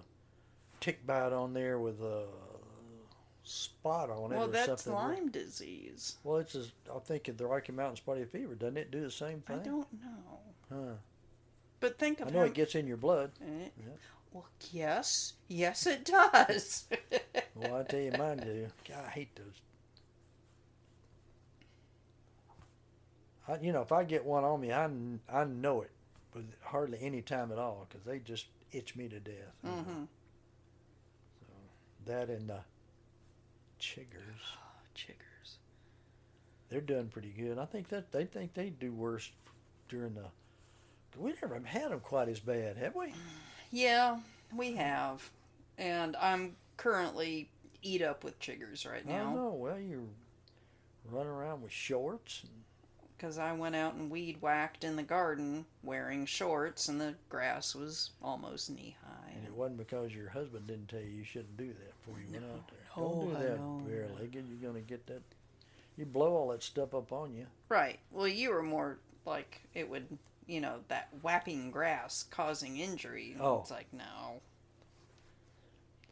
Speaker 3: tick bite on there with a spot on it
Speaker 2: Well,
Speaker 3: or
Speaker 2: that's
Speaker 3: something.
Speaker 2: Lyme disease.
Speaker 3: Well, it's a, I think the Rocky Mountain spotted fever doesn't it do the same
Speaker 2: I
Speaker 3: thing?
Speaker 2: don't know.
Speaker 3: Huh.
Speaker 2: But think of
Speaker 3: I know
Speaker 2: how-
Speaker 3: it gets in your blood.
Speaker 2: <laughs> Eh,
Speaker 3: Yeah.
Speaker 2: Well, yes, yes, it <laughs> does.
Speaker 3: Well, I tell you, mine do. God, I hate those. I, you know, if I get one on me, I, kn- I know it, but hardly any time at all because they just itch me to death. you know.
Speaker 2: mm-hmm.
Speaker 3: That and the chiggers,
Speaker 2: Oh, chiggers.
Speaker 3: they're doing pretty good. I think that they think they do worse during the. We never had them quite as bad, have we?
Speaker 2: Yeah, we have, and I'm currently eat up with chiggers right
Speaker 3: I don't
Speaker 2: now
Speaker 3: know. Well, you run around with shorts. And,
Speaker 2: because I went out and weed whacked in the garden wearing shorts, and the grass was almost knee high.
Speaker 3: And it wasn't because your husband didn't tell you you shouldn't do that before you went out there.
Speaker 2: no, Oh,
Speaker 3: Don't
Speaker 2: I
Speaker 3: do that
Speaker 2: know.
Speaker 3: bare legged. You're going to get that. You blow all that stuff up on you.
Speaker 2: Right. Well, you were more like it would, you know, that whapping grass causing injury.
Speaker 3: Oh.
Speaker 2: It's like no.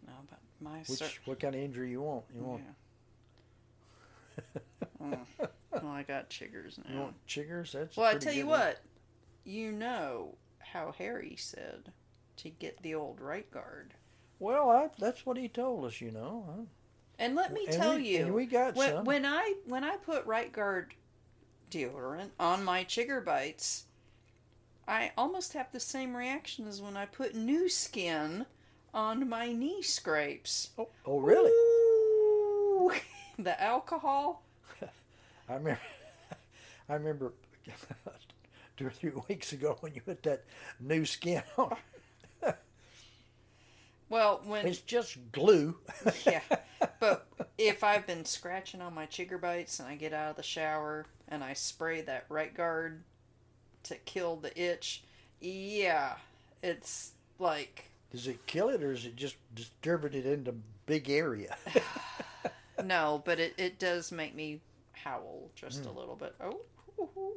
Speaker 2: No, but my
Speaker 3: Which
Speaker 2: cer-
Speaker 3: what kind of injury you want?
Speaker 2: <laughs>
Speaker 3: You want
Speaker 2: Yeah. Mm. well, I got chiggers now.
Speaker 3: you want chiggers? That's a
Speaker 2: well, I
Speaker 3: pretty
Speaker 2: tell you
Speaker 3: good in-
Speaker 2: what, you know how Harry said to get the old right guard.
Speaker 3: Well, I, that's what he told us. You know. Huh?
Speaker 2: And let me
Speaker 3: And
Speaker 2: tell
Speaker 3: we-
Speaker 2: you,
Speaker 3: and we got
Speaker 2: when,
Speaker 3: some.
Speaker 2: when I when I put right guard deodorant on my chigger bites, I almost have the same reaction as when I put new skin on my knee scrapes.
Speaker 3: Oh, oh, really?
Speaker 2: Ooh, the alcohol.
Speaker 3: I remember. <laughs> I remember <laughs> two or three weeks ago when you put that new skin on.
Speaker 2: Well, when
Speaker 3: It's just glue.
Speaker 2: yeah, but if I've been scratching on my chigger bites and I get out of the shower and I spray that right guard to kill the itch, yeah, it's like
Speaker 3: Does it kill it, or is it just distribute it into big area? <laughs>
Speaker 2: no, but it, it does make me howl just
Speaker 3: Hmm.
Speaker 2: a little bit. Oh, hoo, hoo.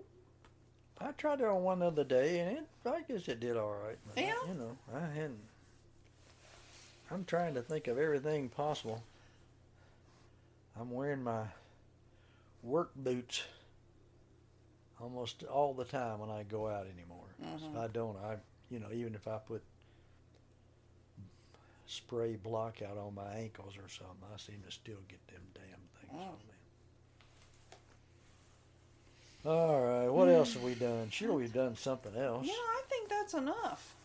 Speaker 3: I tried it on one the other day, and it, I guess it did all right. But I-
Speaker 2: Yeah.
Speaker 3: you know, I hadn't. I'm trying to think of everything possible. I'm wearing my work boots almost all the time when I go out anymore.
Speaker 2: Mhm.
Speaker 3: If I don't, I you know even if I put spray block out on my ankles or something, I seem to still get them damn things
Speaker 2: Mm.
Speaker 3: on me. All right, what else have we done? Sure, we've done something else.
Speaker 2: yeah, I think that's enough.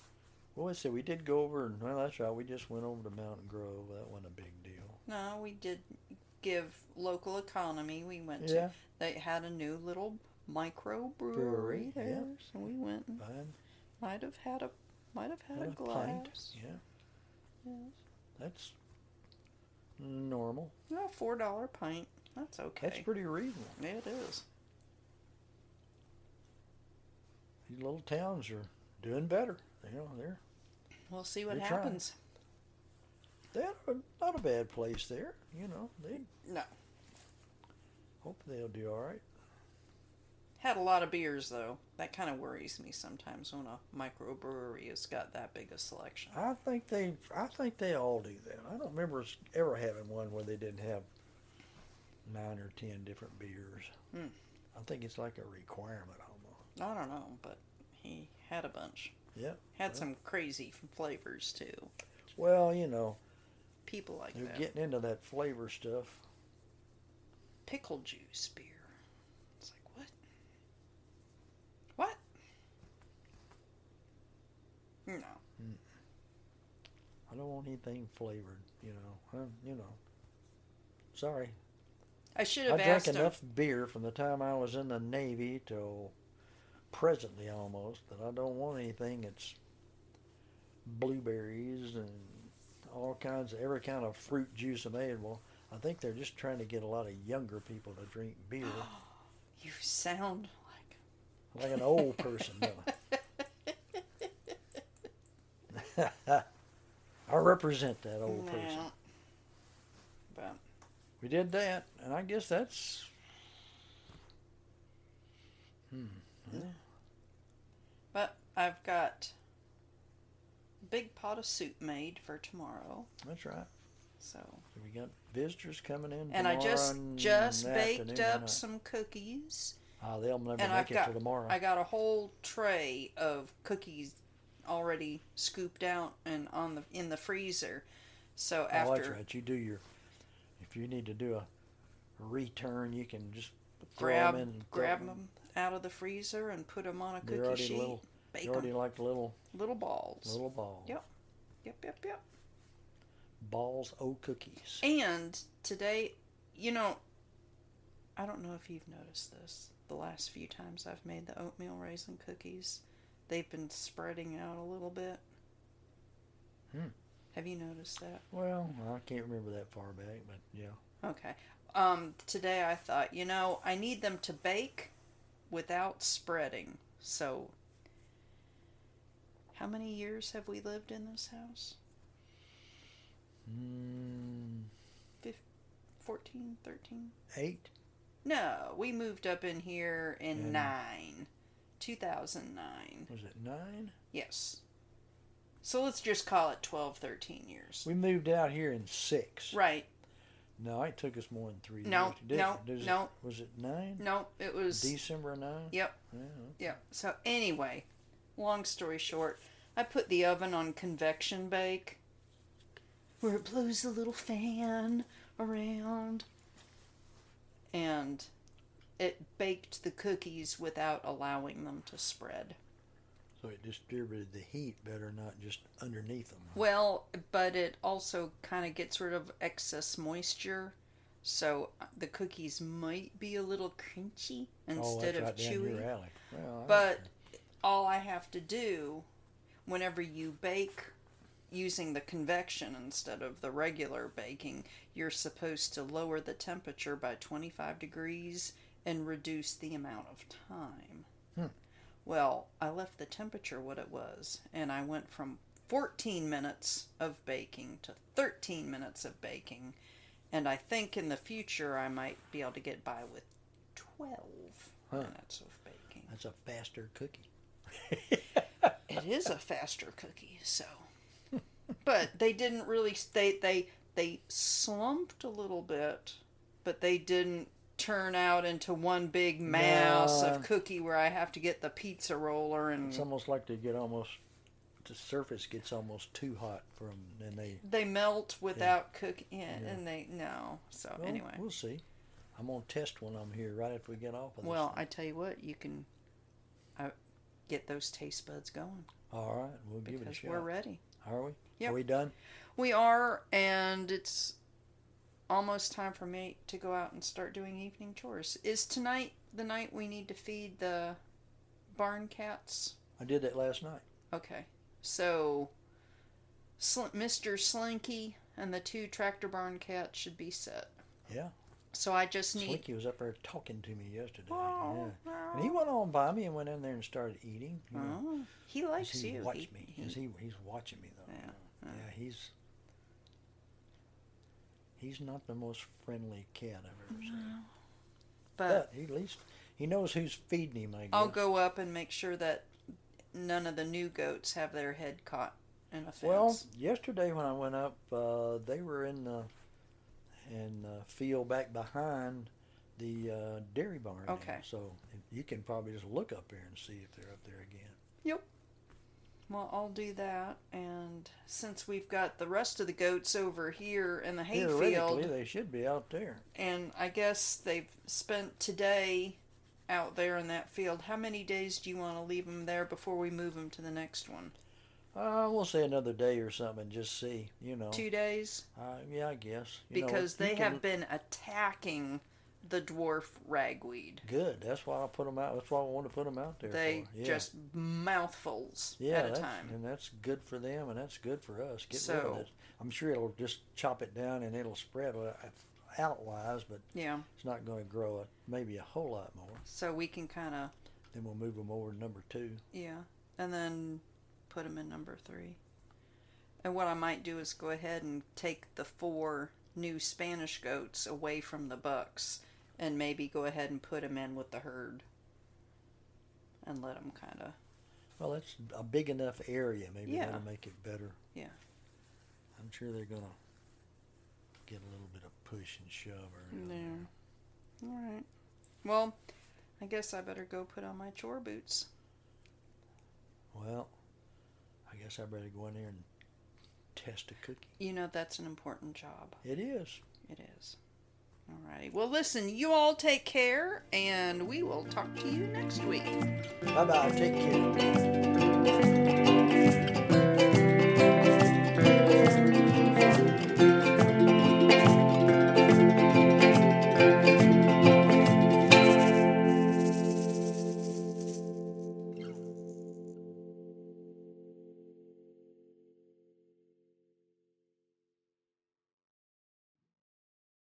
Speaker 3: Well, let's see, we did go over, and well, that's right, we just went over to Mountain Grove. That wasn't a big deal.
Speaker 2: No, we did give local economy. We went
Speaker 3: Yeah,
Speaker 2: to they had a new little micro brewery
Speaker 3: Brewery,
Speaker 2: there,
Speaker 3: yeah.
Speaker 2: so we went and
Speaker 3: fine.
Speaker 2: might have had a might have had
Speaker 3: Had
Speaker 2: a
Speaker 3: a
Speaker 2: glass.
Speaker 3: pint, Yeah,
Speaker 2: Yes.
Speaker 3: that's normal.
Speaker 2: Well, four dollar pint. That's okay.
Speaker 3: That's pretty reasonable.
Speaker 2: it is.
Speaker 3: These little towns are doing better. You know, they're
Speaker 2: We'll see what
Speaker 3: We're trying.
Speaker 2: happens.
Speaker 3: they're not a bad place there. You know, they
Speaker 2: No.
Speaker 3: hope they'll do all right.
Speaker 2: Had a lot of beers though. That kind of worries me sometimes when a microbrewery has got that big a selection.
Speaker 3: I think they, I think they all do that. I don't remember us ever having one where they didn't have nine or ten different beers.
Speaker 2: Hmm.
Speaker 3: I think it's like a requirement almost.
Speaker 2: I don't know, but he had a bunch.
Speaker 3: Yeah.
Speaker 2: Had
Speaker 3: Well.
Speaker 2: some crazy f- flavors too.
Speaker 3: Well, you know,
Speaker 2: People like
Speaker 3: they're
Speaker 2: that.
Speaker 3: getting into that flavor stuff.
Speaker 2: Pickle juice beer. It's like what? What? No.
Speaker 3: I don't want anything flavored. You know, Um, you know. Sorry,
Speaker 2: I should
Speaker 3: I
Speaker 2: have
Speaker 3: drank
Speaker 2: asked him.
Speaker 3: enough beer from the time I was in the Navy till presently almost that I don't want anything that's blueberries and all kinds of every kind of fruit juice available. I think they're just trying to get a lot of younger people to drink
Speaker 2: <gasps>
Speaker 3: beer,
Speaker 2: You sound like
Speaker 3: like an old person.
Speaker 2: <laughs>
Speaker 3: don't I? <laughs> I represent that old person.
Speaker 2: No. But
Speaker 3: We did that, and I guess that's. Hmm.
Speaker 2: but I've got a big pot of soup made for tomorrow.
Speaker 3: That's right.
Speaker 2: So
Speaker 3: So we got visitors coming in.
Speaker 2: and I just
Speaker 3: tomorrow
Speaker 2: just
Speaker 3: n-
Speaker 2: baked
Speaker 3: afternoon,
Speaker 2: up
Speaker 3: and I-
Speaker 2: some cookies.
Speaker 3: Ah, they'll never
Speaker 2: and
Speaker 3: make
Speaker 2: I've
Speaker 3: it
Speaker 2: got-
Speaker 3: till tomorrow.
Speaker 2: I got a whole tray of cookies already scooped out and on the in the freezer. So
Speaker 3: Oh, that's
Speaker 2: after
Speaker 3: right. You do your. If you need to do a return, you can just throw 'em
Speaker 2: grab
Speaker 3: in and throw
Speaker 2: grab them out of the freezer and put them on a
Speaker 3: They're
Speaker 2: cookie
Speaker 3: already
Speaker 2: sheet.
Speaker 3: little.
Speaker 2: bake
Speaker 3: They're already
Speaker 2: 'em.
Speaker 3: like little
Speaker 2: little balls.
Speaker 3: little balls.
Speaker 2: Yep. Yep, yep, yep.
Speaker 3: Balls o cookies.
Speaker 2: And today, you know, I don't know if you've noticed this. The last few times I've made the oatmeal raisin cookies, they've been spreading out a little bit.
Speaker 3: Hmm.
Speaker 2: Have you noticed that?
Speaker 3: Well, I can't remember that far back, but yeah.
Speaker 2: Okay. Um, today I thought, you know, I need them to bake without spreading. So, how many years have we lived in this house?
Speaker 3: Mm,
Speaker 2: 14, 13?
Speaker 3: eight.
Speaker 2: No, we moved up in here in
Speaker 3: In-
Speaker 2: nine, 2009.
Speaker 3: Was it nine?
Speaker 2: Yes. So let's just call it 12, 13 years.
Speaker 3: We moved out here in six.
Speaker 2: Right.
Speaker 3: No, it took us more than three
Speaker 2: No,
Speaker 3: years. didn't
Speaker 2: no,
Speaker 3: it? Does it-
Speaker 2: no.
Speaker 3: was it nine?
Speaker 2: No, it was.
Speaker 3: December of nine?
Speaker 2: Yep.
Speaker 3: Yeah.
Speaker 2: Yep. So anyway, long story short, I put the oven on convection bake where it blows a little fan around and it baked the cookies without allowing them to spread.
Speaker 3: So it distributed the heat better, not just underneath them.
Speaker 2: Well, but it also kind of gets rid of excess moisture. So uh, the cookies might be a little crunchy instead
Speaker 3: oh, that's
Speaker 2: of
Speaker 3: right down
Speaker 2: chewy.
Speaker 3: your alley. Well, I
Speaker 2: But all I have to do whenever you bake using the convection instead of the regular baking, you're supposed to lower the temperature by 25 degrees and reduce the amount of time.
Speaker 3: Hmm.
Speaker 2: Well, I left the temperature what it was, and I went from 14 minutes of baking to 13 minutes of baking, and I think in the future I might be able to get by with 12
Speaker 3: Huh.
Speaker 2: minutes of baking
Speaker 3: that's a faster cookie.
Speaker 2: it is a faster cookie so but they didn't really they they they slumped a little bit but they didn't turn out into one big mass
Speaker 3: No.
Speaker 2: of cookie where i have to get the pizza roller and
Speaker 3: It's almost like they get almost the surface gets almost too hot from and they.
Speaker 2: they melt without cooking yeah,
Speaker 3: Yeah.
Speaker 2: and they no so
Speaker 3: Well,
Speaker 2: anyway
Speaker 3: we'll see. I'm gonna test one. I'm here right after we get off of this.
Speaker 2: well
Speaker 3: thing.
Speaker 2: i tell you what you can uh, get those taste buds going
Speaker 3: all right, we'll give it a
Speaker 2: because
Speaker 3: shot.
Speaker 2: we're ready
Speaker 3: Are we?
Speaker 2: Yep.
Speaker 3: Are we done?
Speaker 2: We are, and it's almost time for me to go out and start doing evening chores. Is tonight the night we need to feed the barn cats?
Speaker 3: I did that last night.
Speaker 2: Okay. So, Sl- Mr. Slinky and the two tractor barn cats should be set.
Speaker 3: Yeah,
Speaker 2: So I just need.
Speaker 3: Slinky was up there talking to me yesterday.
Speaker 2: Oh,
Speaker 3: Yeah. And he went on by me and went in there and started eating. you know.
Speaker 2: oh, he
Speaker 3: As
Speaker 2: likes
Speaker 3: he
Speaker 2: you.
Speaker 3: watched
Speaker 2: He-
Speaker 3: me.
Speaker 2: he-
Speaker 3: As he he's watching me though.
Speaker 2: Yeah,
Speaker 3: Yeah, he's
Speaker 2: Mm.
Speaker 3: he's not the most friendly cat I've ever seen.
Speaker 2: but
Speaker 3: But he at least He knows who's feeding him. I guess.
Speaker 2: I'll go up and make sure that none of the new goats have their head caught in a fence.
Speaker 3: Well, yesterday when I went up, uh, they were in the in the field back behind the uh, dairy barn. now.
Speaker 2: Okay.
Speaker 3: So you can probably just look up there and see if they're up there again.
Speaker 2: Well, I'll do that. And since we've got the rest of the goats over here in the
Speaker 3: Theoretically,
Speaker 2: hayfield,
Speaker 3: they should be out there.
Speaker 2: and I guess they've spent today out there in that field, how many days do you want to leave them there before we move them to the next one?
Speaker 3: Uh, we'll say another day or something and just see. You know.
Speaker 2: Two days?
Speaker 3: Uh, yeah, I guess. You know,
Speaker 2: Because
Speaker 3: you
Speaker 2: they
Speaker 3: can-
Speaker 2: have been attacking the dwarf ragweed.
Speaker 3: Good. That's why I put them out. That's why I want to put them out there.
Speaker 2: They
Speaker 3: for. Yeah.
Speaker 2: just mouthfuls
Speaker 3: yeah,
Speaker 2: at a
Speaker 3: that's,
Speaker 2: time.
Speaker 3: and that's good for them, and that's good for us. Get rid
Speaker 2: So-
Speaker 3: of it. I'm sure it'll just chop it down and it'll spread li- outwise, but
Speaker 2: Yeah,
Speaker 3: it's not going to grow it. Maybe a whole lot more.
Speaker 2: so we can kind of,
Speaker 3: Then we'll move them over to number two.
Speaker 2: yeah, and then put them in number three. And what I might do is go ahead and take the four new Spanish goats away from the bucks and maybe go ahead and put them in with the herd and let them kind of,
Speaker 3: Well, that's a big enough area. Maybe
Speaker 2: Yeah.
Speaker 3: that'll make it better.
Speaker 2: Yeah.
Speaker 3: I'm sure they're going to get a little bit of push and shove. around
Speaker 2: Yeah. All right. Well, I guess I better go put on my chore boots.
Speaker 3: Well, I guess I better go in there and test a cookie.
Speaker 2: You know, that's an important job.
Speaker 3: It is.
Speaker 2: It is. All righty. Well, listen, you all take care, and we will talk to you next week.
Speaker 3: Bye bye. Take care.